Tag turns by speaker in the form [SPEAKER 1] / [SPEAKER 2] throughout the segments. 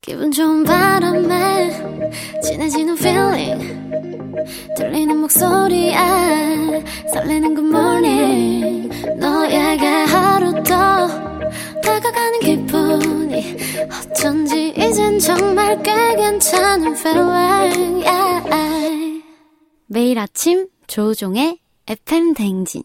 [SPEAKER 1] 기분 좋은 바람에 진해지는 feeling 들리는 목소리에 설레는 good morning 너에게 하루 더 다가가는 기분이 어쩐지 이젠 정말 꽤 괜찮은 feeling yeah. 매일 아침 조종의 FM 댕진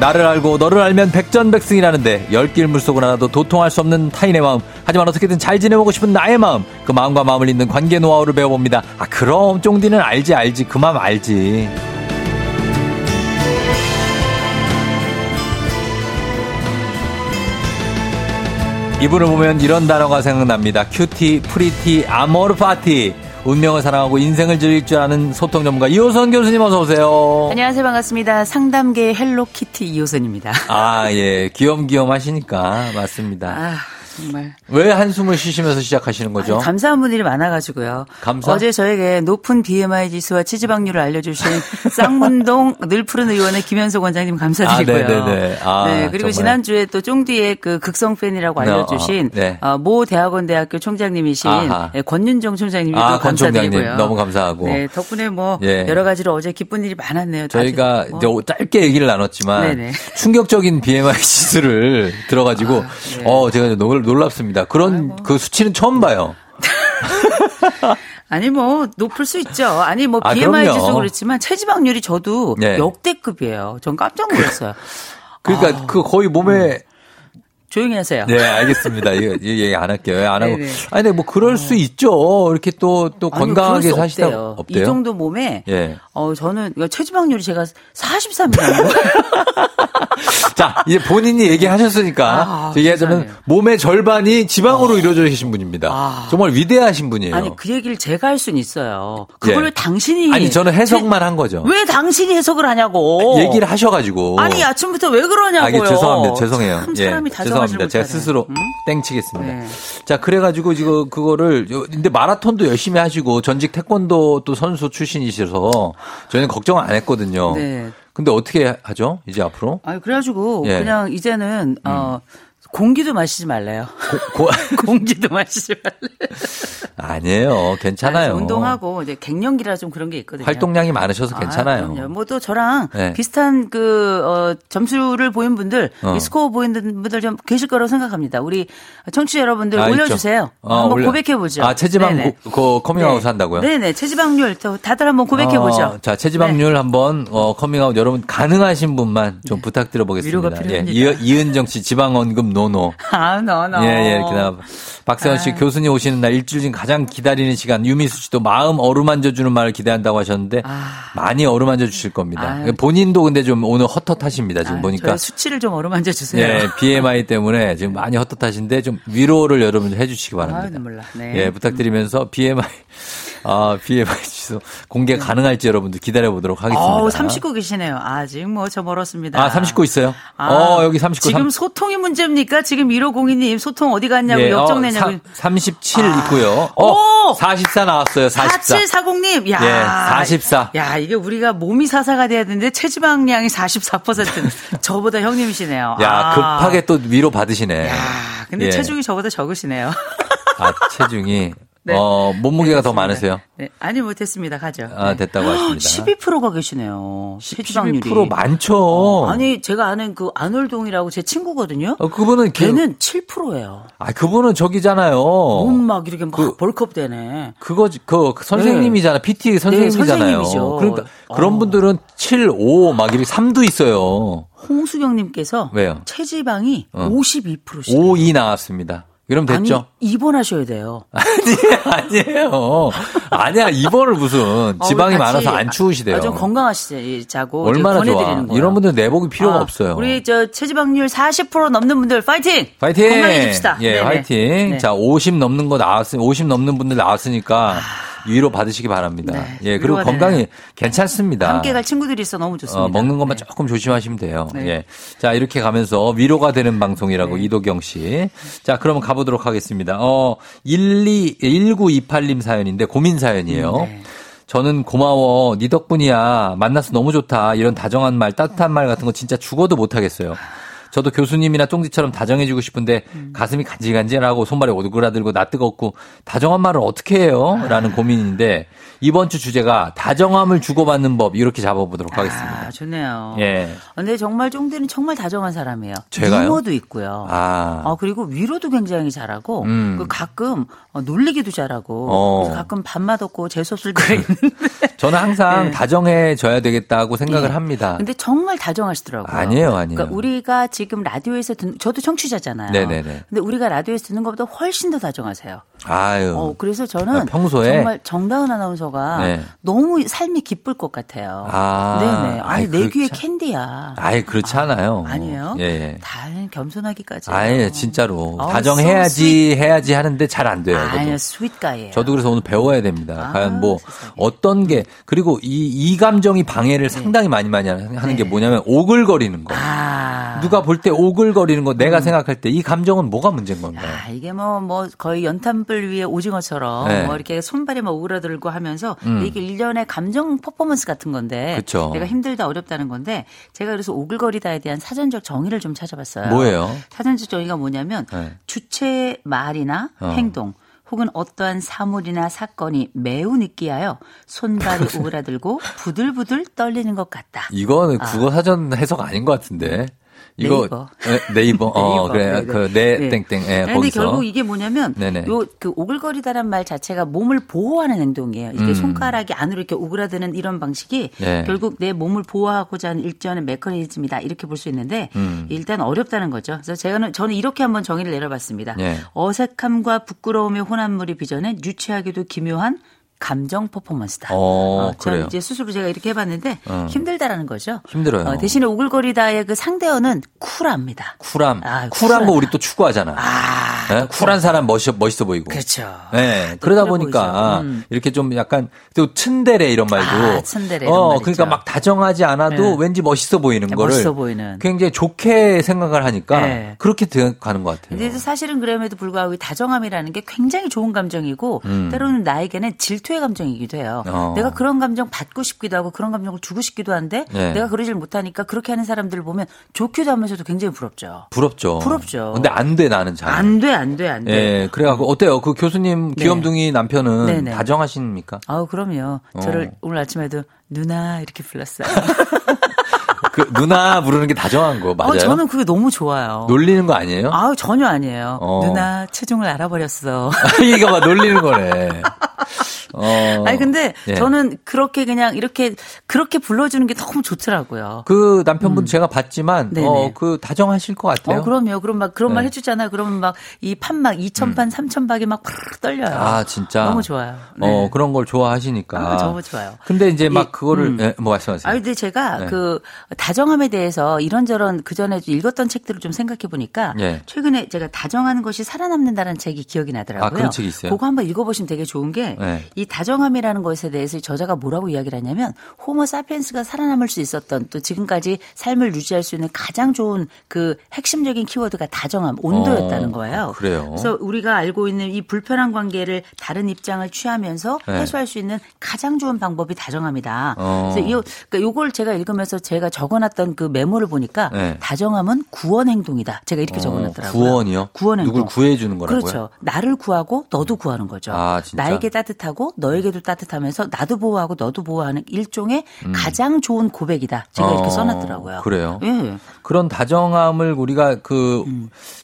[SPEAKER 2] 나를 알고 너를 알면 백전백승이라는데 열길 물속은 하나도 도통할 수 없는 타인의 마음 하지만 어떻게든 잘 지내보고 싶은 나의 마음 그 마음과 마음을 잇는 관계 노하우를 배워봅니다 아 그럼 쫑디는 알지 알지 그 마음 알지 이분을 보면 이런 단어가 생각납니다 큐티 프리티 아모르 파티 운명을 사랑하고 인생을 즐길 줄 아는 소통 전문가 이호선 교수님 어서 오세요.
[SPEAKER 3] 안녕하세요. 반갑습니다. 상담계 헬로키티 이호선입니다.
[SPEAKER 2] 아, 예. 귀염귀염 하시니까. 맞습니다.
[SPEAKER 3] 아, 정말.
[SPEAKER 2] 왜 한숨을 쉬시면서 시작하시는 거죠?
[SPEAKER 3] 아니, 감사한 분들이 많아가지고요.
[SPEAKER 2] 감사?
[SPEAKER 3] 어제 저에게 높은 BMI 지수와 체지방률을 알려주신 쌍문동 늘 푸른 의원의 김현석 원장님 감사드리고요.
[SPEAKER 2] 아, 네네네. 아,
[SPEAKER 3] 네, 그리고
[SPEAKER 2] 정말.
[SPEAKER 3] 지난주에 또 쫑디의 그 극성 팬이라고
[SPEAKER 2] 네,
[SPEAKER 3] 알려주신
[SPEAKER 2] 어, 네.
[SPEAKER 3] 어, 모 대학원대학교 총장님이신
[SPEAKER 2] 아하.
[SPEAKER 3] 네, 권윤정 총장님도
[SPEAKER 2] 아, 권 총장님.
[SPEAKER 3] 감사드리고요.
[SPEAKER 2] 너무 감사하고.
[SPEAKER 3] 네, 덕분에 뭐
[SPEAKER 2] 예.
[SPEAKER 3] 여러 가지로 어제 기쁜 일이 많았네요. 다들
[SPEAKER 2] 저희가
[SPEAKER 3] 뭐.
[SPEAKER 2] 이제 짧게 얘기를 나눴지만
[SPEAKER 3] 네네.
[SPEAKER 2] 충격적인 BMI 지수를 들어가지고
[SPEAKER 3] 네.
[SPEAKER 2] 어 제가 놀, 놀랍습니다. 그런 그 수치는 처음 봐요.
[SPEAKER 3] 아니 뭐 높을 수 있죠. 아니 뭐
[SPEAKER 2] 아,
[SPEAKER 3] BMI
[SPEAKER 2] 그럼요.
[SPEAKER 3] 지수 그렇지만 체지방률이 저도
[SPEAKER 2] 네.
[SPEAKER 3] 역대급이에요. 전 깜짝 놀랐어요. 아.
[SPEAKER 2] 그러니까 그 거의 몸에
[SPEAKER 3] 조용히 하세요.
[SPEAKER 2] 네, 알겠습니다. 이거 이거 얘기 안 할게요. 예, 안 하고.
[SPEAKER 3] 음. 네네. 어.
[SPEAKER 2] 아니, 근데 뭐 그럴 수 있죠. 이렇게 또 또
[SPEAKER 3] 아니요,
[SPEAKER 2] 건강하게
[SPEAKER 3] 그럴 수
[SPEAKER 2] 사시다
[SPEAKER 3] 없대요. 이 정도 몸에
[SPEAKER 2] 예.
[SPEAKER 3] 어 저는 그러니까 체지방률이 제가 43이라는 거예요.
[SPEAKER 2] 자, 이제 본인이 얘기하셨으니까
[SPEAKER 3] 아,
[SPEAKER 2] 얘기하자면
[SPEAKER 3] 세상에. 아.
[SPEAKER 2] 몸의 절반이 지방으로 이루어져 계신 분입니다. 정말 위대하신 분이에요.
[SPEAKER 3] 아니 그 얘기를 제가 할 수는 있어요. 그거를
[SPEAKER 2] 예.
[SPEAKER 3] 당신이
[SPEAKER 2] 아니, 저는 해석만 한 거죠.
[SPEAKER 3] 왜 당신이 해석을 하냐고.
[SPEAKER 2] 얘기를 하셔가지고.
[SPEAKER 3] 아니 아침부터 왜
[SPEAKER 2] 아,
[SPEAKER 3] 그러냐고요.
[SPEAKER 2] 이게 죄송합니다. 죄송해요. 예,
[SPEAKER 3] 참 사람이 다정하지
[SPEAKER 2] 죄송합니다. 제가
[SPEAKER 3] 못하네. 음?
[SPEAKER 2] 스스로 땡치겠습니다.
[SPEAKER 3] 네.
[SPEAKER 2] 자, 그래가지고 지금 그거를 요- 근데 마라톤도 열심히 하시고 전직 태권도 또 선수 출신이셔서 저희는 걱정 안 했거든요.
[SPEAKER 3] 네.
[SPEAKER 2] 근데 어떻게 하죠? 이제 앞으로?
[SPEAKER 3] 아니 그래가지고
[SPEAKER 2] 예. 음.
[SPEAKER 3] 그냥 이제는 어 공기도 마시지 말래요.
[SPEAKER 2] 고-
[SPEAKER 3] 공기도 마시지 말래요.
[SPEAKER 2] 아니에요. 괜찮아요.
[SPEAKER 3] 운동하고 이제 갱년기라 좀 그런 게 있거든요.
[SPEAKER 2] 활동량이 많으셔서 괜찮아요.
[SPEAKER 3] 뭐 또 저랑
[SPEAKER 2] 네.
[SPEAKER 3] 비슷한 그 어, 점수를 보인 분들,
[SPEAKER 2] 어.
[SPEAKER 3] 이 스코어 보인 분들 좀 계실 거라고 생각합니다. 우리 청취자 여러분들
[SPEAKER 2] 아,
[SPEAKER 3] 네, 올려주세요.
[SPEAKER 2] 있죠. 아,
[SPEAKER 3] 한번
[SPEAKER 2] 올려-
[SPEAKER 3] 고백해 보죠.
[SPEAKER 2] 아, 체지방 고- 그 커밍아웃 한다고요?
[SPEAKER 3] 네네 체지방률 또 다들 한번 고백해 보죠. 네.
[SPEAKER 2] 어, 자, 체지방률 한번 어, 커밍아웃 여러분 가능하신 분만 좀 부탁드려
[SPEAKER 3] 위로가
[SPEAKER 2] 보겠습니다. 예,
[SPEAKER 3] 필요합니다.
[SPEAKER 2] 이은정 씨 지방 언급 노노.
[SPEAKER 3] 아, 너너.
[SPEAKER 2] 예, 예, 그나마. 박세현
[SPEAKER 3] 아.
[SPEAKER 2] 씨 교수님 오시는 날 일주일 중 가장 기다리는 시간 유미수 씨도 마음 어루만져주는 말을 기대한다고 하셨는데 많이 어루만져 주실 겁니다.
[SPEAKER 3] 아. 아유.
[SPEAKER 2] 본인도 근데 좀 오늘 헛헛하십니다. 지금
[SPEAKER 3] 아,
[SPEAKER 2] 보니까.
[SPEAKER 3] 저의 수치를 좀 어루만져 주세요.
[SPEAKER 2] 예, BMI 때문에 지금 많이 헛헛하신데 좀 위로를 여러분 해주시기
[SPEAKER 3] 아,
[SPEAKER 2] 바랍니다.
[SPEAKER 3] 눈물 나. 네.
[SPEAKER 2] 예, 부탁드리면서 BMI, 아, BMI 지수 공개 가능할지 여러분들 기다려보도록 하겠습니다.
[SPEAKER 3] 어우, 39 계시네요. 아직 뭐 저 멀었습니다.
[SPEAKER 2] 아, 39 있어요?
[SPEAKER 3] 아,
[SPEAKER 2] 어, 여기 39.
[SPEAKER 3] 지금
[SPEAKER 2] 삼-
[SPEAKER 3] 소통이 문제입니까? 지금 1502님 소통 어디 갔냐고
[SPEAKER 2] 예,
[SPEAKER 3] 역정
[SPEAKER 2] 어,
[SPEAKER 3] 내냐고. 아.
[SPEAKER 2] 삼- 37 있고요. 어,
[SPEAKER 3] 오!
[SPEAKER 2] 44 나왔어요. 44.
[SPEAKER 3] 4740님, 야.
[SPEAKER 2] 예, 44.
[SPEAKER 3] 야, 이게 우리가 몸이 사사가 돼야 되는데 체지방량이 44%. 저보다 형님이시네요.
[SPEAKER 2] 야,
[SPEAKER 3] 아.
[SPEAKER 2] 급하게 또 위로 받으시네.
[SPEAKER 3] 야, 근데
[SPEAKER 2] 예.
[SPEAKER 3] 체중이 저보다 적으시네요.
[SPEAKER 2] 아, 체중이.
[SPEAKER 3] 네.
[SPEAKER 2] 어, 몸무게가 더
[SPEAKER 3] 됐습니다.
[SPEAKER 2] 많으세요?
[SPEAKER 3] 네. 아니, 뭐 됐습니다. 가죠.
[SPEAKER 2] 아,
[SPEAKER 3] 네.
[SPEAKER 2] 됐다고 하십니다.
[SPEAKER 3] 12%가 계시네요. 체지방률이. 어,
[SPEAKER 2] 12% 많죠.
[SPEAKER 3] 아니, 제가 아는 그 안월동이라고 제 친구거든요.
[SPEAKER 2] 어, 그분은 걔-
[SPEAKER 3] 걔는 7%예요.
[SPEAKER 2] 아, 그분은 저기잖아요.
[SPEAKER 3] 몸 막 이렇게 막
[SPEAKER 2] 어. 그-
[SPEAKER 3] 벌컵 되네.
[SPEAKER 2] 그거 그 선생님이잖아. PT 선생님이잖아요.
[SPEAKER 3] 네. 선생님이죠.
[SPEAKER 2] 그러니까
[SPEAKER 3] 어.
[SPEAKER 2] 그런 분들은 7, 5 막 이렇게 3도 있어요.
[SPEAKER 3] 홍수경님께서
[SPEAKER 2] 왜요?
[SPEAKER 3] 체지방이 52%씩.
[SPEAKER 2] 5, 2 나왔습니다. 그럼 됐죠?
[SPEAKER 3] 아니, 입원하셔야 돼요.
[SPEAKER 2] 아니, 아니에요. 아니야. 입원을 무슨 지방이
[SPEAKER 3] 어, 우리 같이
[SPEAKER 2] 많아서 안 추우시대요.
[SPEAKER 3] 아, 좀 건강하시자고
[SPEAKER 2] 얼마나 좋아.
[SPEAKER 3] 권해드리는 거예요.
[SPEAKER 2] 이런 분들 내복이 필요가
[SPEAKER 3] 아,
[SPEAKER 2] 없어요.
[SPEAKER 3] 우리 저 체지방률 40% 넘는 분들 파이팅!
[SPEAKER 2] 파이팅!
[SPEAKER 3] 건강해집시다.
[SPEAKER 2] 예,
[SPEAKER 3] 네네.
[SPEAKER 2] 파이팅.
[SPEAKER 3] 네.
[SPEAKER 2] 자, 50 넘는 거 나왔으니, 50 넘는 분들 나왔으니까 위로 받으시기 바랍니다.
[SPEAKER 3] 아. 네,
[SPEAKER 2] 예, 그리고
[SPEAKER 3] 위로가
[SPEAKER 2] 건강이
[SPEAKER 3] 되네요.
[SPEAKER 2] 괜찮습니다.
[SPEAKER 3] 함께 갈 친구들이 있어 너무 좋습니다.
[SPEAKER 2] 어, 먹는 것만
[SPEAKER 3] 네.
[SPEAKER 2] 조금 조심하시면 돼요.
[SPEAKER 3] 네.
[SPEAKER 2] 예. 자, 이렇게 가면서 위로가 되는 방송이라고 이도경 씨. 자, 그러면
[SPEAKER 3] 음, 네.
[SPEAKER 2] 가보도록 하겠습니다. 어, 12, 1928님 사연인데 고민 사연이에요. 저는 고마워. 네 덕분이야. 만나서 너무 좋다. 이런 다정한 말, 따뜻한 말 같은 거 진짜 죽어도 못하겠어요. 저도 교수님이나 쫑지처럼 다정해지고 싶은데
[SPEAKER 3] 음.
[SPEAKER 2] 가슴이 간질간질하고 손발이 오그라들고 나 뜨겁고 다정한 말을 어떻게 해요? 라는 고민인데 이번 주 주제가 다정함을 주고받는 법 이렇게 잡아보도록 하겠습니다.
[SPEAKER 3] 아, 좋네요. 어,
[SPEAKER 2] 예.
[SPEAKER 3] 근데 정말 쫑디는 정말 다정한 사람이에요.
[SPEAKER 2] 제가요?
[SPEAKER 3] 유머도 있고요.
[SPEAKER 2] 아.
[SPEAKER 3] 어, 그리고 위로도 굉장히 잘하고
[SPEAKER 2] 음.
[SPEAKER 3] 그 가끔 어, 놀리기도 잘하고
[SPEAKER 2] 어.
[SPEAKER 3] 그래서 가끔 밥맛 없고 재수 없을 때 있는데
[SPEAKER 2] 저는 항상
[SPEAKER 3] 네.
[SPEAKER 2] 다정해져야 되겠다고 생각을
[SPEAKER 3] 예.
[SPEAKER 2] 합니다.
[SPEAKER 3] 근데 정말 다정하시더라고요.
[SPEAKER 2] 아. 아니에요, 아니에요.
[SPEAKER 3] 그러니까 우리가 지금 라디오에서 듣는 저도 청취자잖아요.
[SPEAKER 2] 네네네.
[SPEAKER 3] 근데 우리가 라디오에서 듣는 것보다 훨씬 더 다정하세요.
[SPEAKER 2] 아유.
[SPEAKER 3] 어, 그래서 저는
[SPEAKER 2] 아, 평소에?
[SPEAKER 3] 정말 정다은 아나운서가
[SPEAKER 2] 네.
[SPEAKER 3] 너무 삶이 기쁠 것 같아요.
[SPEAKER 2] 아.
[SPEAKER 3] 네네. 아니
[SPEAKER 2] 아이,
[SPEAKER 3] 내 귀에
[SPEAKER 2] 그렇지-
[SPEAKER 3] 캔디야.
[SPEAKER 2] 아예 그렇지 않아요.
[SPEAKER 3] 아니에요?
[SPEAKER 2] 예, 예.
[SPEAKER 3] 다 겸손하기까지.
[SPEAKER 2] 아예 진짜로
[SPEAKER 3] 아, so
[SPEAKER 2] 다정해야지 해야지 하는데 잘 안 돼요. 저도.
[SPEAKER 3] 아니요, 스윗가예요.
[SPEAKER 2] 저도 그래서 오늘 배워야 됩니다.
[SPEAKER 3] 아,
[SPEAKER 2] 과연 뭐
[SPEAKER 3] 세상에. 네.
[SPEAKER 2] 어떤 게 그리고 이 이 감정이 방해를 상당히 많이 많이 하는 게 뭐냐면 오글거리는 거.
[SPEAKER 3] 아. 음.
[SPEAKER 2] 누가 볼 때 오글거리는 거 내가 생각할 때 이 감정은 뭐가 문제인 건가요?
[SPEAKER 3] 야, 이게 뭐 뭐 거의 연탄불 위에 오징어처럼
[SPEAKER 2] 네. 음.
[SPEAKER 3] 뭐 이렇게 손발이 막 오그라들고 하면서 이게 일련의 감정 퍼포먼스 같은 건데
[SPEAKER 2] 그쵸.
[SPEAKER 3] 내가 힘들다 어렵다는 건데 제가 그래서 오글거리다에 대한 사전적 정의를 좀 찾아봤어요.
[SPEAKER 2] 뭐예요?
[SPEAKER 3] 사전적 정의가 뭐냐면
[SPEAKER 2] 네.
[SPEAKER 3] 주체의 말이나
[SPEAKER 2] 어.
[SPEAKER 3] 행동 혹은 어떠한 사물이나 사건이 매우 느끼하여 손발이 오그라들고 부들부들 떨리는 것 같다.
[SPEAKER 2] 이거는 국어 사전 해석 아닌 것 같은데. 이거
[SPEAKER 3] 아.
[SPEAKER 2] 에,
[SPEAKER 3] 네이버.
[SPEAKER 2] 네이버. 어
[SPEAKER 3] 네이버,
[SPEAKER 2] 그래
[SPEAKER 3] 네이버.
[SPEAKER 2] 그네
[SPEAKER 3] 네.
[SPEAKER 2] 땡땡. 예,
[SPEAKER 3] 근데
[SPEAKER 2] 거기서.
[SPEAKER 3] 결국 이게 뭐냐면
[SPEAKER 2] 네네.
[SPEAKER 3] 요 그 오글거리다란 말 자체가 몸을 보호하는 행동이에요.
[SPEAKER 2] 음.
[SPEAKER 3] 이게 손가락이 안으로 이렇게 오그라드는 이런 방식이
[SPEAKER 2] 네.
[SPEAKER 3] 결국 내 몸을 보호하고자 하는 일전의 메커니즘이다 이렇게 볼 수 있는데
[SPEAKER 2] 음.
[SPEAKER 3] 일단 어렵다는 거죠. 그래서 제가는 저는 이렇게 한번 정의를 내려봤습니다.
[SPEAKER 2] 네.
[SPEAKER 3] 어색함과 부끄러움의 혼합물이 빚어낸 유치하기도 기묘한 감정 퍼포먼스다.
[SPEAKER 2] 어,
[SPEAKER 3] 저는
[SPEAKER 2] 그래요.
[SPEAKER 3] 이제 스스로 제가 이렇게 해봤는데
[SPEAKER 2] 어.
[SPEAKER 3] 힘들다라는 거죠.
[SPEAKER 2] 힘들어요.
[SPEAKER 3] 어, 대신에 오글거리다의 그 상대어는 쿨합니다.
[SPEAKER 2] 쿨함. 쿨한
[SPEAKER 3] 아, 쿨하다.
[SPEAKER 2] 거 우리 또 추구하잖아.
[SPEAKER 3] 아,
[SPEAKER 2] 예? 쿨한 사람 멋있어, 멋있어 보이고.
[SPEAKER 3] 그렇죠.
[SPEAKER 2] 네, 그러다
[SPEAKER 3] 그래
[SPEAKER 2] 보니까
[SPEAKER 3] 보이죠. 음.
[SPEAKER 2] 이렇게 좀 약간 또 츤데레 이런 말도
[SPEAKER 3] 아, 츤데레 이런
[SPEAKER 2] 어
[SPEAKER 3] 말 있죠.
[SPEAKER 2] 그러니까 막 다정하지 않아도
[SPEAKER 3] 네.
[SPEAKER 2] 왠지 멋있어 보이는
[SPEAKER 3] 네,
[SPEAKER 2] 거를
[SPEAKER 3] 멋있어 보이는.
[SPEAKER 2] 굉장히 좋게 생각을 하니까
[SPEAKER 3] 네.
[SPEAKER 2] 그렇게 가는 것 같아요.
[SPEAKER 3] 근데 이제 사실은 그럼에도 불구하고 이 다정함이라는 게 굉장히 좋은 감정이고 때로는 나에게는 질투의 감정이기도 해요.
[SPEAKER 2] 음. 어.
[SPEAKER 3] 내가 그런 감정 받고 싶기도 하고 그런 감정을 주고 싶기도 한데
[SPEAKER 2] 네.
[SPEAKER 3] 내가 그러질 못하니까 그렇게 하는 사람들을 보면 좋기도 하면서도 굉장히 부럽죠.
[SPEAKER 2] 부럽죠.
[SPEAKER 3] 부럽죠.
[SPEAKER 2] 근데 안 돼 나는 잘.
[SPEAKER 3] 안 돼, 안 돼, 안 돼.
[SPEAKER 2] 아. 예, 그래갖고 어때요? 그 교수님
[SPEAKER 3] 네.
[SPEAKER 2] 귀염둥이 남편은
[SPEAKER 3] 네, 네.
[SPEAKER 2] 다정하십니까?
[SPEAKER 3] 아우 그럼요.
[SPEAKER 2] 어.
[SPEAKER 3] 저를 오늘 아침에도 누나 이렇게 불렀어요.
[SPEAKER 2] 그 누나 부르는 게 다정한 거 맞아요?
[SPEAKER 3] 어, 저는 그게 너무 좋아요.
[SPEAKER 2] 놀리는 거 아니에요?
[SPEAKER 3] 아우 전혀 아니에요.
[SPEAKER 2] 어.
[SPEAKER 3] 누나 체중을 알아버렸어.
[SPEAKER 2] 이거 막 놀리는 거네. 어.
[SPEAKER 3] 아니 근데
[SPEAKER 2] 예.
[SPEAKER 3] 저는 그렇게 그냥 이렇게 그렇게 불러주는 게 너무 좋더라고요.
[SPEAKER 2] 그 남편분 제가 봤지만
[SPEAKER 3] 음. 네네.
[SPEAKER 2] 어 그 다정하실 것 같아요.
[SPEAKER 3] 어 그럼요. 그럼 막 그런 말
[SPEAKER 2] 네. 음.
[SPEAKER 3] 해주잖아. 그러면 막 이 판막 2천 판, 3천 박이 막 팍 떨려요.
[SPEAKER 2] 아 진짜
[SPEAKER 3] 너무 좋아요. 네.
[SPEAKER 2] 어 그런 걸 좋아하시니까
[SPEAKER 3] 아, 너무 좋아요.
[SPEAKER 2] 근데 이제 막
[SPEAKER 3] 이-
[SPEAKER 2] 그거를
[SPEAKER 3] 음.
[SPEAKER 2] 예, 뭐 말씀하세요.
[SPEAKER 3] 아, 근데 제가
[SPEAKER 2] 네.
[SPEAKER 3] 그 다정함에 대해서 이런저런 그 전에 읽었던 책들을 좀 생각해 보니까
[SPEAKER 2] 예.
[SPEAKER 3] 최근에 제가 다정하는 것이 살아남는다라는 책이 기억이 나더라고요.
[SPEAKER 2] 아, 그런 책이 있어요?
[SPEAKER 3] 그거 한번 읽어보시면 되게 좋은 게 이
[SPEAKER 2] 네.
[SPEAKER 3] 다정함이라는 것에 대해서 이 저자가 뭐라고 이야기를 하냐면 호모 사피엔스가 살아남을 수 있었던 또 지금까지 삶을 유지할 수 있는 가장 좋은 그 핵심적인 키워드가 다정함, 온도였다는
[SPEAKER 2] 어,
[SPEAKER 3] 거예요.
[SPEAKER 2] 그래요?
[SPEAKER 3] 그래서 우리가 알고 있는 이 불편한 관계를 다른 입장을 취하면서
[SPEAKER 2] 네.
[SPEAKER 3] 해소할 수 있는 가장 좋은 방법이 다정함이다.
[SPEAKER 2] 어.
[SPEAKER 3] 그래서 이 그러니까 요걸 제가 읽으면서 제가 적어놨던 그 메모를 보니까
[SPEAKER 2] 네. 다정함은
[SPEAKER 3] 다정함은 구원 행동이다. 제가 이렇게
[SPEAKER 2] 어,
[SPEAKER 3] 적어놨더라고요.
[SPEAKER 2] 구원이요?
[SPEAKER 3] 구원 행동.
[SPEAKER 2] 누굴 구해주는 거라고요?
[SPEAKER 3] 그렇죠. 나를 구하고 너도 구하는 거죠.
[SPEAKER 2] 아, 진짜?
[SPEAKER 3] 나에게 따뜻하고 너에게도 따뜻하면서 나도 보호하고 너도 보호하는 일종의 가장 좋은 고백이다. 제가
[SPEAKER 2] 음. 어,
[SPEAKER 3] 이렇게 써놨더라고요.
[SPEAKER 2] 그래요?
[SPEAKER 3] 예.
[SPEAKER 2] 그런 다정함을 우리가 그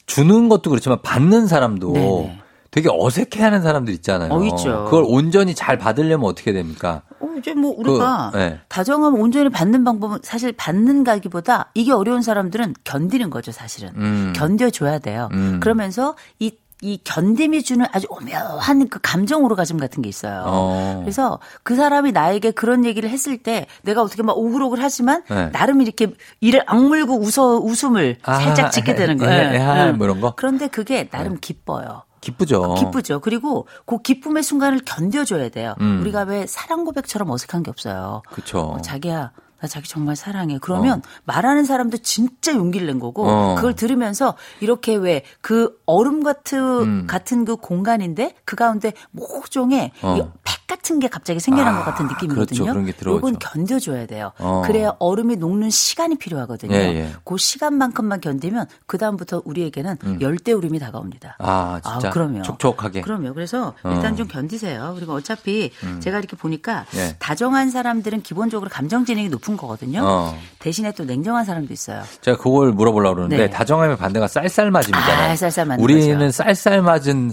[SPEAKER 2] 주는 것도 그렇지만 받는 사람도
[SPEAKER 3] 음. 네네.
[SPEAKER 2] 되게 어색해하는 사람들 있잖아요.
[SPEAKER 3] 어, 있죠.
[SPEAKER 2] 그걸 온전히 잘 받으려면 어떻게 됩니까?
[SPEAKER 3] 어, 이제 뭐 우리가
[SPEAKER 2] 그, 네.
[SPEAKER 3] 다정함 온전히 받는 방법은 사실 받는 가기보다 이게 어려운 사람들은 견디는 거죠 사실은
[SPEAKER 2] 음.
[SPEAKER 3] 견뎌줘야 돼요.
[SPEAKER 2] 음.
[SPEAKER 3] 그러면서 이 이 견딤이 주는 아주 오묘한 그 감정 오르가즘 같은 게 있어요.
[SPEAKER 2] 어.
[SPEAKER 3] 그래서 그 사람이 나에게 그런 얘기를 했을 때 내가 어떻게 막 오글오글 하지만
[SPEAKER 2] 네.
[SPEAKER 3] 나름 이렇게 이를 악물고 웃어 웃음을
[SPEAKER 2] 아,
[SPEAKER 3] 살짝 짓게 되는 거예요.
[SPEAKER 2] 예, 예, 아,
[SPEAKER 3] 예.
[SPEAKER 2] 뭐 이런 거?
[SPEAKER 3] 그런데 그게 나름 기뻐요.
[SPEAKER 2] 기쁘죠.
[SPEAKER 3] 아, 기쁘죠. 그리고 그 기쁨의 순간을 견뎌줘야 돼요.
[SPEAKER 2] 음.
[SPEAKER 3] 우리가 왜 사랑 고백처럼 어색한 게 없어요.
[SPEAKER 2] 그쵸.
[SPEAKER 3] 어, 자기야, 나 자기 정말 사랑해. 그러면 말하는 사람도 진짜 용기를 낸 거고
[SPEAKER 2] 어.
[SPEAKER 3] 그걸 들으면서 이렇게 왜 그 얼음 같은 같은 그 공간인데 그 가운데 모종의
[SPEAKER 2] 어.
[SPEAKER 3] 이팩 같은 게 갑자기 생겨난
[SPEAKER 2] 아,
[SPEAKER 3] 것 같은
[SPEAKER 2] 그렇죠.
[SPEAKER 3] 느낌이거든요.
[SPEAKER 2] 그런 게 들어오죠.
[SPEAKER 3] 요건 견뎌줘야 돼요.
[SPEAKER 2] 어.
[SPEAKER 3] 그래야 얼음이 녹는 시간이 필요하거든요.
[SPEAKER 2] 예, 예.
[SPEAKER 3] 그 시간만큼만 견디면 그 다음부터 우리에게는 열대 우림이 다가옵니다.
[SPEAKER 2] 아, 진짜.
[SPEAKER 3] 그럼요.
[SPEAKER 2] 촉촉하게.
[SPEAKER 3] 그럼요. 그래서
[SPEAKER 2] 어. 음.
[SPEAKER 3] 일단 좀 견디세요. 그리고 어차피 제가 이렇게 보니까
[SPEAKER 2] 예.
[SPEAKER 3] 다정한 사람들은 기본적으로 감정 지능이 높은 거거든요.
[SPEAKER 2] 어.
[SPEAKER 3] 대신에 또 냉정한 사람도 있어요.
[SPEAKER 2] 제가 그걸 물어보려고 그러는데
[SPEAKER 3] 네.
[SPEAKER 2] 다정함의 반대가 쌀쌀맞음이잖아요.
[SPEAKER 3] 아, 쌀쌀맞는
[SPEAKER 2] 우리는
[SPEAKER 3] 거죠.
[SPEAKER 2] 쌀쌀맞은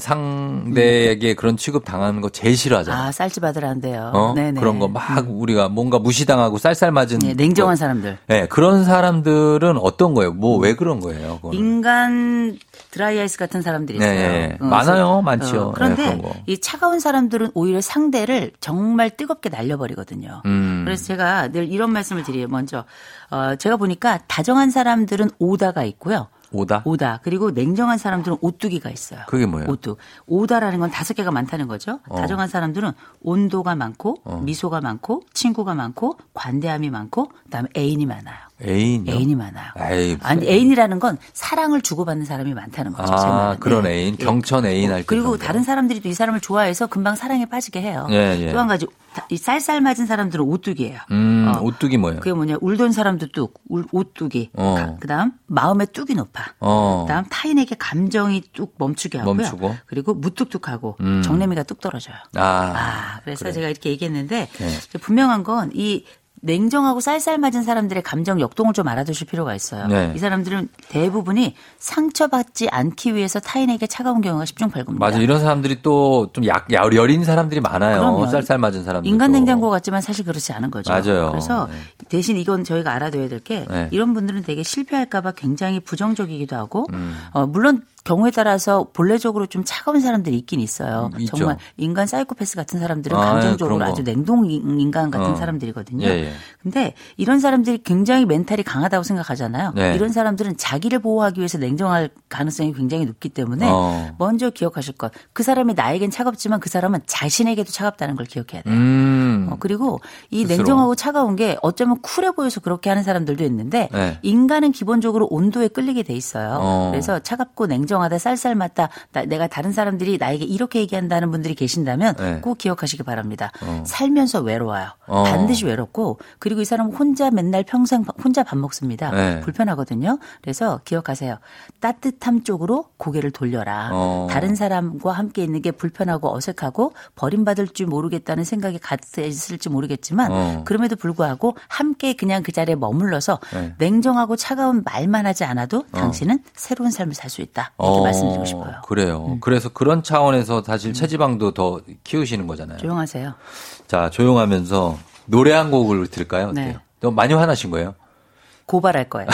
[SPEAKER 2] 상대에게 그런 취급 당하는 거 제일 싫어하잖아요.
[SPEAKER 3] 아, 쌀집아들 안 돼요.
[SPEAKER 2] 어? 그런 거 막 우리가 뭔가 무시당하고 쌀쌀맞은
[SPEAKER 3] 네, 냉정한
[SPEAKER 2] 거.
[SPEAKER 3] 사람들.
[SPEAKER 2] 네, 그런 사람들은 어떤 거예요? 뭐 왜 그런 거예요? 그거는?
[SPEAKER 3] 인간 드라이아이스 같은 사람들이 있어요.
[SPEAKER 2] 네, 네.
[SPEAKER 3] 응,
[SPEAKER 2] 많아요,
[SPEAKER 3] 그래서,
[SPEAKER 2] 많지요.
[SPEAKER 3] 어, 그런데
[SPEAKER 2] 네, 그런 거.
[SPEAKER 3] 이 차가운 사람들은 오히려 상대를 정말 뜨겁게 날려버리거든요.
[SPEAKER 2] 음.
[SPEAKER 3] 그래서 제가 늘 이런 말씀을 드려요. 먼저 어, 제가 보니까 다정한 사람들은 오다가 있고요.
[SPEAKER 2] 오다?
[SPEAKER 3] 오다. 그리고 냉정한 사람들은 오뚜기가 있어요.
[SPEAKER 2] 그게 뭐예요?
[SPEAKER 3] 오뚜. 오다라는 건 다섯 개가 많다는 거죠.
[SPEAKER 2] 어.
[SPEAKER 3] 다정한 사람들은 온도가 많고
[SPEAKER 2] 어.
[SPEAKER 3] 미소가 많고 친구가 많고 관대함이 많고 그다음에 애인이 많아요.
[SPEAKER 2] 애인이요?
[SPEAKER 3] 애인이 많아요.
[SPEAKER 2] 에이, 무슨-
[SPEAKER 3] 아니 애인이라는 건 사랑을 주고받는 사람이 많다는 거죠. 제
[SPEAKER 2] 아,
[SPEAKER 3] 말은.
[SPEAKER 2] 그런
[SPEAKER 3] 예.
[SPEAKER 2] 애인.
[SPEAKER 3] 예.
[SPEAKER 2] 경천 애인 할 때.
[SPEAKER 3] 그리고
[SPEAKER 2] 그런 거.
[SPEAKER 3] 다른 사람들이 또 이 사람을 좋아해서 금방 사랑에 빠지게 해요.
[SPEAKER 2] 예, 예.
[SPEAKER 3] 또 한 가지 이 쌀쌀 맞은 사람들은 오뚜기예요.
[SPEAKER 2] 음,
[SPEAKER 3] 어,
[SPEAKER 2] 오뚜기 뭐예요?
[SPEAKER 3] 그게 뭐냐 울던 사람도 뚝 울- 오뚜기.
[SPEAKER 2] 어.
[SPEAKER 3] 가- 그다음 마음의 뚝이 높아.
[SPEAKER 2] 어.
[SPEAKER 3] 그다음 타인에게 감정이 뚝 멈추게 하고요.
[SPEAKER 2] 멈추고. 음.
[SPEAKER 3] 그리고 무뚝뚝하고 정내미가 뚝 떨어져요.
[SPEAKER 2] 아.
[SPEAKER 3] 아, 그래서
[SPEAKER 2] 그래.
[SPEAKER 3] 제가 이렇게 얘기했는데
[SPEAKER 2] 네.
[SPEAKER 3] 분명한 건 이 냉정하고 쌀쌀맞은 사람들의 감정 역동을 좀 알아두실 필요가 있어요.
[SPEAKER 2] 네.
[SPEAKER 3] 이 사람들은 대부분이 상처받지 않기 위해서 타인에게 차가운 경우가 10중 8구입니다.
[SPEAKER 2] 맞아 이런 사람들이 또 좀 약 여린 사람들이 많아요.
[SPEAKER 3] 그럼요.
[SPEAKER 2] 쌀쌀 맞은 사람들.
[SPEAKER 3] 인간 냉장고 같지만 사실 그렇지 않은 거죠.
[SPEAKER 2] 맞아요.
[SPEAKER 3] 그래서
[SPEAKER 2] 네.
[SPEAKER 3] 대신 이건 저희가 알아둬야 될 게
[SPEAKER 2] 네.
[SPEAKER 3] 이런 분들은 되게 실패할까봐 굉장히 부정적이기도 하고
[SPEAKER 2] 음.
[SPEAKER 3] 어, 물론 경우에 따라서 본래적으로 좀 차가운 사람들이 있긴 있어요.
[SPEAKER 2] 음, 있죠.
[SPEAKER 3] 정말 인간 사이코패스 같은 사람들은
[SPEAKER 2] 아,
[SPEAKER 3] 감정적으로
[SPEAKER 2] 그런 거.
[SPEAKER 3] 아주 냉동 인간 같은
[SPEAKER 2] 어.
[SPEAKER 3] 사람들이거든요.
[SPEAKER 2] 예, 예.
[SPEAKER 3] 근데 이런 사람들이 굉장히 멘탈이 강하다고 생각하잖아요.
[SPEAKER 2] 네.
[SPEAKER 3] 이런 사람들은 자기를 보호하기 위해서 냉정할 가능성이 굉장히 높기 때문에
[SPEAKER 2] 어.
[SPEAKER 3] 먼저 기억하실 것. 그 사람이 나에겐 차갑지만 그 사람은 자신에게도 차갑다는 걸 기억해야 돼요.
[SPEAKER 2] 음.
[SPEAKER 3] 어, 그리고 이
[SPEAKER 2] 스스로.
[SPEAKER 3] 냉정하고 차가운 게 어쩌면 쿨해 보여서 그렇게 하는 사람들도 있는데
[SPEAKER 2] 네.
[SPEAKER 3] 인간은 기본적으로 온도에 끌리게 돼 있어요.
[SPEAKER 2] 어.
[SPEAKER 3] 그래서 차갑고 냉정하다, 쌀쌀맞다, 나- 내가 다른 사람들이 나에게 이렇게 얘기한다는 분들이 계신다면
[SPEAKER 2] 네.
[SPEAKER 3] 꼭 기억하시기 바랍니다.
[SPEAKER 2] 어.
[SPEAKER 3] 살면서 외로워요.
[SPEAKER 2] 어.
[SPEAKER 3] 반드시 외롭고 그리고 이 사람은 혼자 맨날 평생 바- 혼자 밥 먹습니다.
[SPEAKER 2] 네.
[SPEAKER 3] 불편하거든요. 그래서 기억하세요. 따뜻함 쪽으로 고개를 돌려라.
[SPEAKER 2] 어.
[SPEAKER 3] 다른 사람과 함께 있는 게 불편하고 어색하고 버림받을 줄 모르겠다는 생각이 갔을지 모르겠지만
[SPEAKER 2] 어.
[SPEAKER 3] 그럼에도 불구하고 함께 그냥 그 자리에 머물러서
[SPEAKER 2] 네.
[SPEAKER 3] 냉정하고 차가운 말만 하지 않아도 당신은 새로운 삶을 살 수 있다. 이렇게
[SPEAKER 2] 어,
[SPEAKER 3] 말씀드리고 싶어요. 음.
[SPEAKER 2] 그래요. 그래서 그런 차원에서 사실 체지방도 더 키우시는 거잖아요.
[SPEAKER 3] 조용하세요.
[SPEAKER 2] 자, 조용하면서 노래 한 곡을 들을까요?
[SPEAKER 3] 네.
[SPEAKER 2] 어때요? 너무 많이 화나신 거예요?
[SPEAKER 3] 고발할 거예요.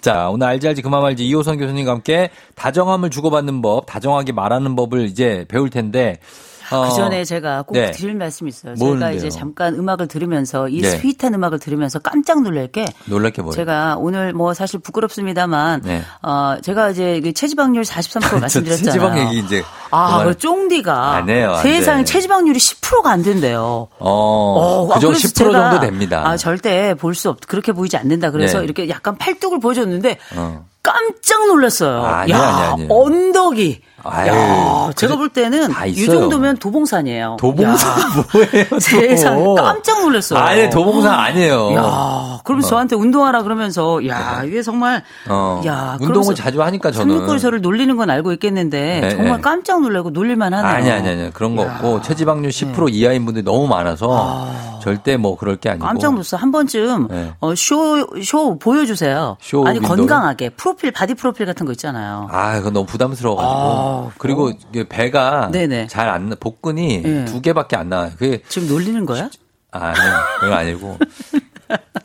[SPEAKER 2] 자, 오늘 알지 알지 그만 말지 이호선 교수님과 함께 다정함을 주고받는 법, 다정하게 말하는 법을 이제 배울 텐데. 어,
[SPEAKER 3] 그 전에 제가 꼭
[SPEAKER 2] 네.
[SPEAKER 3] 드릴 말씀이 있어요. 제가
[SPEAKER 2] 뭔데요?
[SPEAKER 3] 이제 잠깐 음악을 들으면서 이
[SPEAKER 2] 네.
[SPEAKER 3] 스윗한 음악을 들으면서 깜짝 놀랄 게
[SPEAKER 2] 놀랄 게 뭐예요?
[SPEAKER 3] 제가 오늘 뭐 사실 부끄럽습니다만
[SPEAKER 2] 네.
[SPEAKER 3] 어 제가 이제 그 체지방률 43%
[SPEAKER 2] 저
[SPEAKER 3] 말씀드렸잖아요.
[SPEAKER 2] 체지방 얘기 이제
[SPEAKER 3] 아,
[SPEAKER 2] 그만-
[SPEAKER 3] 그 쫑디가
[SPEAKER 2] 안 해요, 안
[SPEAKER 3] 세상에
[SPEAKER 2] 돼.
[SPEAKER 3] 체지방률이 10%가 안 된대요.
[SPEAKER 2] 어,
[SPEAKER 3] 어,
[SPEAKER 2] 그
[SPEAKER 3] 아,
[SPEAKER 2] 정도
[SPEAKER 3] 그래서
[SPEAKER 2] 10% 정도
[SPEAKER 3] 제가,
[SPEAKER 2] 됩니다.
[SPEAKER 3] 아, 절대 볼 수 없, 그렇게 보이지 않는다. 그래서
[SPEAKER 2] 네.
[SPEAKER 3] 이렇게 약간 팔뚝을 보여줬는데
[SPEAKER 2] 어.
[SPEAKER 3] 깜짝 놀랐어요.
[SPEAKER 2] 아니에요,
[SPEAKER 3] 야,
[SPEAKER 2] 아니에요, 아니에요.
[SPEAKER 3] 언덕이.
[SPEAKER 2] 아유,
[SPEAKER 3] 야,
[SPEAKER 2] 그래-
[SPEAKER 3] 제가 볼 때는
[SPEAKER 2] 다
[SPEAKER 3] 이
[SPEAKER 2] 있어요.
[SPEAKER 3] 정도면 도봉산이에요.
[SPEAKER 2] 도봉사
[SPEAKER 3] 야,
[SPEAKER 2] 뭐예요? 또.
[SPEAKER 3] 세상 깜짝 놀랐어요.
[SPEAKER 2] 아니, 도봉사 아니에요.
[SPEAKER 3] 야, 그러면서 저한테 운동하라 그러면서 야, 이게 정말
[SPEAKER 2] 네. 어,
[SPEAKER 3] 야,
[SPEAKER 2] 운동을 자주 하니까 그러니까 저는.
[SPEAKER 3] 삼육골 저를 놀리는 건 알고 있겠는데
[SPEAKER 2] 네,
[SPEAKER 3] 정말
[SPEAKER 2] 네.
[SPEAKER 3] 깜짝 놀라고 놀릴만 하네요.
[SPEAKER 2] 아니, 아니, 아니. 그런 거
[SPEAKER 3] 야, 네.
[SPEAKER 2] 없고, 체지방률 10% 이하인 분들이 너무 많아서, 절대 뭐 그럴 게 아니고.
[SPEAKER 3] 깜짝 놀랐어. 한 번쯤
[SPEAKER 2] 네.
[SPEAKER 3] 어, 쇼, 쇼 보여주세요.
[SPEAKER 2] 쇼
[SPEAKER 3] 아니
[SPEAKER 2] 윈도우?
[SPEAKER 3] 건강하게 프로필 바디 프로필 같은 거 있잖아요.
[SPEAKER 2] 아, 그건 너무 부담스러워가지고. 그리고 이게 배가
[SPEAKER 3] 아, 어. 네네.
[SPEAKER 2] 잘 안, 나- 복근이
[SPEAKER 3] 네.
[SPEAKER 2] 두 개밖에 안 나와요. 그게,
[SPEAKER 3] 지금 놀리는 거야?
[SPEAKER 2] 아, 아니, 그건 아니고.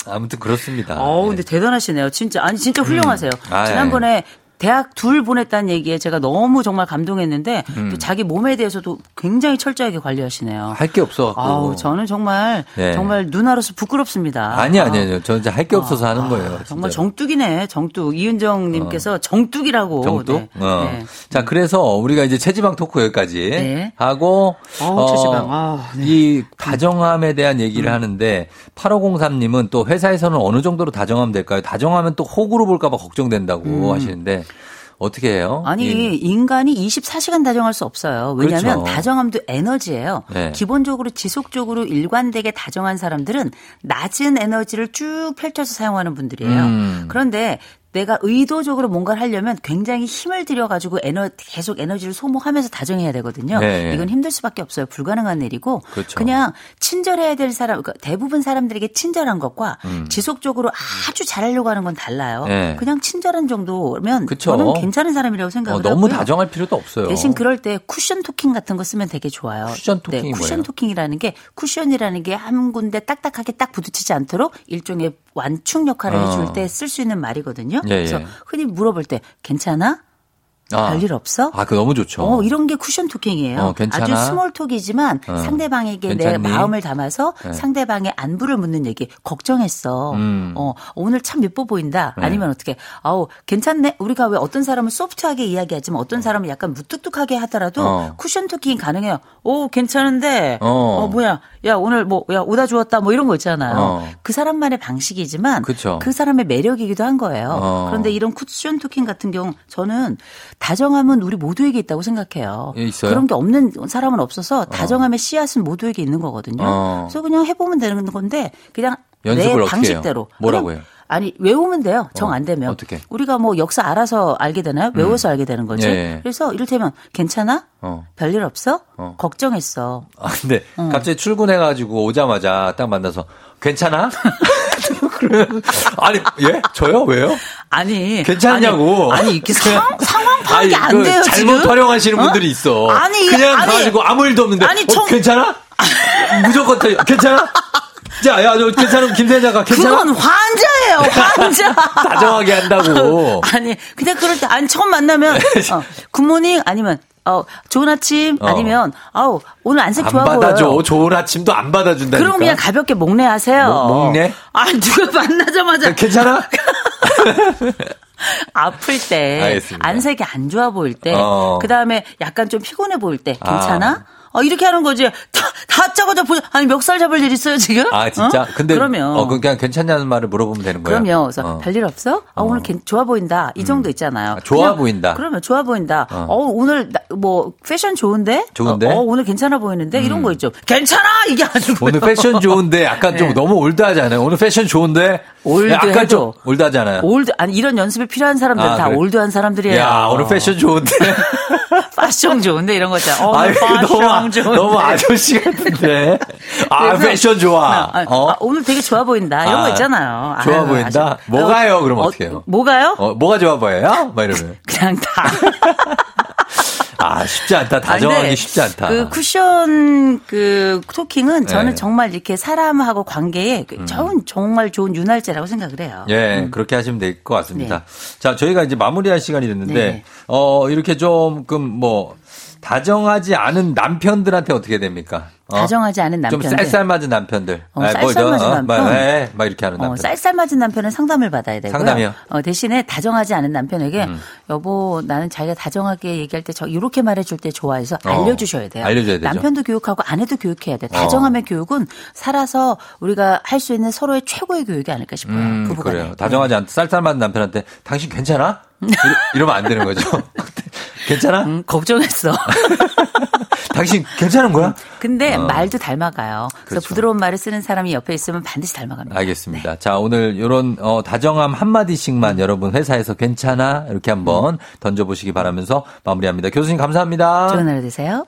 [SPEAKER 2] 아무튼 그렇습니다.
[SPEAKER 3] 어우
[SPEAKER 2] 네. 음.
[SPEAKER 3] 근데 대단하시네요. 진짜 아니 진짜 훌륭하세요.
[SPEAKER 2] 아,
[SPEAKER 3] 지난번에 대학 둘 보냈다는 얘기에 제가 너무 정말 감동했는데
[SPEAKER 2] 음.
[SPEAKER 3] 또 자기 몸에 대해서도 굉장히 철저하게 관리하시네요.
[SPEAKER 2] 예. 할 게 없어.
[SPEAKER 3] 아우 저는 정말
[SPEAKER 2] 네.
[SPEAKER 3] 정말 누나로서 부끄럽습니다.
[SPEAKER 2] 아니
[SPEAKER 3] 아.
[SPEAKER 2] 아니 아니요. 저 이제 할 게 없어서 하는 거예요. 진짜로. 어.
[SPEAKER 3] 정말 정뚝이네, 정뚝. 이은정님께서 정뚝이라고.
[SPEAKER 2] 정도?
[SPEAKER 3] 네.
[SPEAKER 2] 어.
[SPEAKER 3] 네.
[SPEAKER 2] 자, 그래서 우리가 이제 체지방 토크 여기까지
[SPEAKER 3] 네.
[SPEAKER 2] 하고,
[SPEAKER 3] 어우, 체지방. 아, 네. 음.
[SPEAKER 2] 이 다정함에 대한 얘기를 하는데, 8503님은 또 회사에서는 어느 정도로 다정하면 될까요? 다정하면 또 혹으로 볼까봐 걱정된다고 하시는데, 어떻게 해요?
[SPEAKER 3] 음. 아니
[SPEAKER 2] 이-
[SPEAKER 3] 인간이 24시간 다정할 수 없어요. 왜냐하면
[SPEAKER 2] 예. 그렇죠.
[SPEAKER 3] 다정함도 에너지예요.
[SPEAKER 2] 네.
[SPEAKER 3] 기본적으로 지속적으로 일관되게 다정한 사람들은 낮은 에너지를 쭉 펼쳐서 사용하는 분들이에요.
[SPEAKER 2] 음.
[SPEAKER 3] 그런데 내가 의도적으로 뭔가를 하려면 굉장히 힘을 들여가지고 에너, 계속 에너지를 소모하면서 다정해야 되거든요.
[SPEAKER 2] 네.
[SPEAKER 3] 이건 힘들 수밖에 없어요. 불가능한 일이고
[SPEAKER 2] 그렇죠.
[SPEAKER 3] 그냥 친절해야 될 사람, 그러니까 대부분 사람들에게 친절한 것과 지속적으로 아주 잘하려고 하는 건 달라요.
[SPEAKER 2] 음. 네.
[SPEAKER 3] 그냥 친절한 정도면
[SPEAKER 2] 그쵸.
[SPEAKER 3] 저는 괜찮은 사람이라고 생각해요.
[SPEAKER 2] 어,
[SPEAKER 3] 생각을
[SPEAKER 2] 너무
[SPEAKER 3] 하고요.
[SPEAKER 2] 다정할 필요도 없어요.
[SPEAKER 3] 대신 그럴 때 쿠션 토킹 같은 거 쓰면 되게 좋아요.
[SPEAKER 2] 쿠션 토킹이
[SPEAKER 3] 네, 쿠션
[SPEAKER 2] 뭐예요?
[SPEAKER 3] 토킹이라는 게 쿠션이라는 게 한 군데 딱딱하게 딱 부딪히지 않도록 일종의 완충 역할을
[SPEAKER 2] 어.
[SPEAKER 3] 해줄 때 쓸 수 있는 말이거든요.
[SPEAKER 2] 예, 예.
[SPEAKER 3] 그래서 흔히 물어볼 때 괜찮아?
[SPEAKER 2] 아.
[SPEAKER 3] 별일 없어?
[SPEAKER 2] 아, 그 너무 좋죠.
[SPEAKER 3] 어, 이런 게 쿠션 토킹이에요.
[SPEAKER 2] 어, 괜찮아?
[SPEAKER 3] 아주 스몰 톡이지만
[SPEAKER 2] 어,
[SPEAKER 3] 상대방에게 내
[SPEAKER 2] 괜찮니?
[SPEAKER 3] 마음을 담아서
[SPEAKER 2] 네.
[SPEAKER 3] 상대방의 안부를 묻는 얘기. 걱정했어.
[SPEAKER 2] 음. 네.
[SPEAKER 3] 어, 오늘 참 예뻐 보인다. 아니면 어떻게, 아우, 괜찮네? 우리가 왜 어떤 사람은 소프트하게 이야기하지만 어떤 사람은 약간 무뚝뚝하게 하더라도
[SPEAKER 2] 어.
[SPEAKER 3] 쿠션 토킹이 가능해요. 오, 괜찮은데?
[SPEAKER 2] 어.
[SPEAKER 3] 어, 뭐야. 야, 오늘 뭐, 야, 오다 주었다. 뭐 이런 거 있잖아요.
[SPEAKER 2] 어.
[SPEAKER 3] 그 사람만의 방식이지만
[SPEAKER 2] 그쵸.
[SPEAKER 3] 그 사람의 매력이기도 한 거예요.
[SPEAKER 2] 어.
[SPEAKER 3] 그런데 이런 쿠션 토킹 같은 경우 저는 다정함은 우리 모두에게 있다고 생각해요.
[SPEAKER 2] 예, 있어요?
[SPEAKER 3] 그런 게 없는 사람은 없어서 다정함의 씨앗은 모두에게 있는 거거든요.
[SPEAKER 2] 어.
[SPEAKER 3] 그래서 그냥 해보면 되는 건데 그냥
[SPEAKER 2] 연습을
[SPEAKER 3] 내
[SPEAKER 2] 어떻게
[SPEAKER 3] 방식대로.
[SPEAKER 2] 해요? 뭐라고
[SPEAKER 3] 그냥-
[SPEAKER 2] 해요?
[SPEAKER 3] 아니 외우면 돼요. 정 안 되면
[SPEAKER 2] 어, 어떻게? 음.
[SPEAKER 3] 우리가 뭐 역사 알아서 알게 되나요? 외워서 알게 되는 거지.
[SPEAKER 2] 예, 예.
[SPEAKER 3] 그래서 이를테면 괜찮아?
[SPEAKER 2] 어.
[SPEAKER 3] 별일 없어?
[SPEAKER 2] 어.
[SPEAKER 3] 걱정했어.
[SPEAKER 2] 아, 근데 갑자기 출근해가지고 오자마자 딱 만나서 괜찮아? 그래. 아니, 예? 저요? 왜요?
[SPEAKER 3] 아니
[SPEAKER 2] 괜찮냐고.
[SPEAKER 3] 아니, 아니, 이렇게 상, 황 파악이
[SPEAKER 2] 아니,
[SPEAKER 3] 안
[SPEAKER 2] 그
[SPEAKER 3] 돼요
[SPEAKER 2] 잘못
[SPEAKER 3] 지금.
[SPEAKER 2] 활용하시는
[SPEAKER 3] 어?
[SPEAKER 2] 분들이 있어.
[SPEAKER 3] 아니 이게-
[SPEAKER 2] 그냥
[SPEAKER 3] 아니,
[SPEAKER 2] 가가지고 아무 일도 없는데.
[SPEAKER 3] 아니,
[SPEAKER 2] 어,
[SPEAKER 3] 청-
[SPEAKER 2] 괜찮아? 무조건 터 괜찮아? 자, 야, 너 괜찮으면 김대자가 괜찮아?
[SPEAKER 3] 그건 환자예요, 환자.
[SPEAKER 2] 다정하게 한다고.
[SPEAKER 3] 아니, 그냥 그럴 때, 아니, 처음 만나면, 어, 굿모닝, 아니면, 어, 좋은 아침,
[SPEAKER 2] 어.
[SPEAKER 3] 아니면, 아우, 오늘 안색
[SPEAKER 2] 안
[SPEAKER 3] 좋아
[SPEAKER 2] 받아줘.
[SPEAKER 3] 보여요.
[SPEAKER 2] 좋은 아침도 안 받아준다니까.
[SPEAKER 3] 그럼 그냥 가볍게 목례하세요.
[SPEAKER 2] 목- 목례?
[SPEAKER 3] 아, 누가 만나자마자
[SPEAKER 2] 괜찮아?
[SPEAKER 3] 아플 때,
[SPEAKER 2] 알겠습니다.
[SPEAKER 3] 안색이 안 좋아 보일 때,
[SPEAKER 2] 어.
[SPEAKER 3] 그 다음에 약간 좀 피곤해 보일 때,
[SPEAKER 2] 아.
[SPEAKER 3] 괜찮아? 어, 이렇게 하는 거지. 다, 다짜고짜 보자. 아니, 멱살 잡을 일 있어요, 지금?
[SPEAKER 2] 아, 진짜?
[SPEAKER 3] 어?
[SPEAKER 2] 근데.
[SPEAKER 3] 그러면.
[SPEAKER 2] 어, 그냥 괜찮냐는 말을 물어보면 되는 거예요.
[SPEAKER 3] 그럼요. 그래서
[SPEAKER 2] 어.
[SPEAKER 3] 별일 없어? 아, 오늘 괜- 좋아 보인다. 이 정도 있잖아요.
[SPEAKER 2] 아, 좋아 보인다.
[SPEAKER 3] 그러면 좋아 보인다.
[SPEAKER 2] 어.
[SPEAKER 3] 어, 오늘 나- 뭐 패션 좋은데?
[SPEAKER 2] 좋은데? 음.
[SPEAKER 3] 어, 어, 오늘 괜찮아 보이는데? 이런 거 있죠. 괜찮아! 이게 아니고.
[SPEAKER 2] 오늘 패션 좋은데 약간 좀
[SPEAKER 3] 네.
[SPEAKER 2] 너무 올드하잖아요. 오늘 패션 좋은데
[SPEAKER 3] 올드해도-
[SPEAKER 2] 약간 좀 올드하잖아요.
[SPEAKER 3] 올드 아니 이런 연습이 필요한 사람들은
[SPEAKER 2] 아,
[SPEAKER 3] 다
[SPEAKER 2] 그래.
[SPEAKER 3] 올드한 사람들이에요.
[SPEAKER 2] 야 오늘 패션 좋은데.
[SPEAKER 3] 패션 좋은데 이런 거 있잖아. 어,
[SPEAKER 2] 아유,
[SPEAKER 3] 오늘 패션
[SPEAKER 2] 너무
[SPEAKER 3] 좋은데.
[SPEAKER 2] 너무 아저씨 같은데. 아
[SPEAKER 3] 그래서-
[SPEAKER 2] 패션 좋아.
[SPEAKER 3] 아, 아,
[SPEAKER 2] 어?
[SPEAKER 3] 아, 오늘 되게 좋아 보인다. 이런
[SPEAKER 2] 아,
[SPEAKER 3] 거 있잖아요.
[SPEAKER 2] 좋아 보인다? 뭐가요? 그럼 어떡해요?
[SPEAKER 3] 뭐가요?
[SPEAKER 2] 어, 뭐가 좋아 보여요? 막 이러면.
[SPEAKER 3] 그냥 다.
[SPEAKER 2] 아 쉽지 않다.
[SPEAKER 3] 아, 근데
[SPEAKER 2] 다정하기 쉽지 않다.
[SPEAKER 3] 그 쿠션 그 토킹은 저는
[SPEAKER 2] 네. 음.
[SPEAKER 3] 정말 이렇게 사람하고 관계에 그 좋은 정말 좋은 윤활제라고 생각을 해요.
[SPEAKER 2] 예, 그렇게 하시면 될 것 같습니다. 자, 저희가 이제 마무리할 시간이 됐는데,
[SPEAKER 3] 네.
[SPEAKER 2] 어, 이렇게 좀, 그, 뭐, 다정하지 않은 남편들한테 어떻게 됩니까? 어?
[SPEAKER 3] 다정하지 않은
[SPEAKER 2] 좀
[SPEAKER 3] 남편들.
[SPEAKER 2] 쌀쌀맞은 남편들.
[SPEAKER 3] 어,
[SPEAKER 2] 아이, 뭐,
[SPEAKER 3] 쌀쌀맞은
[SPEAKER 2] 저, 어,
[SPEAKER 3] 남편?
[SPEAKER 2] 막, 예, 막 이렇게 하는
[SPEAKER 3] 어,
[SPEAKER 2] 남편.
[SPEAKER 3] 쌀쌀 맞은 남편은 상담을 받아야 되고요.
[SPEAKER 2] 상담이요? 음.
[SPEAKER 3] 어, 대신에 다정하지 않은 남편에게 여보 나는 자기가 다정하게 얘기할 때 저 이렇게 말해줄 때 좋아해서
[SPEAKER 2] 어,
[SPEAKER 3] 알려주셔야 돼요.
[SPEAKER 2] 알려줘야 되죠. 어.
[SPEAKER 3] 남편도 교육하고 아내도 교육해야 돼. 다정함의 교육은 살아서 우리가 할 수 있는 서로의 최고의 교육이 아닐까 싶어요.
[SPEAKER 2] 음,
[SPEAKER 3] 부부간에.
[SPEAKER 2] 그래요. 다정하지 않다. 쌀쌀맞은 남편한테 당신 괜찮아? 이러- 이러면 안 되는 거죠. 괜찮아?
[SPEAKER 3] 음, 걱정했어.
[SPEAKER 2] 당신 괜찮은 거야?
[SPEAKER 3] 근데
[SPEAKER 2] 어.
[SPEAKER 3] 말도 닮아가요. 그래서
[SPEAKER 2] 그렇죠.
[SPEAKER 3] 부드러운 말을 쓰는 사람이 옆에 있으면 반드시 닮아갑니다.
[SPEAKER 2] 알겠습니다. 자, 오늘 이런 어, 다정함 한마디씩만 여러분 회사에서 괜찮아? 이렇게 한번 던져보시기 바라면서 마무리합니다. 교수님 감사합니다.
[SPEAKER 3] 좋은 하루 되세요.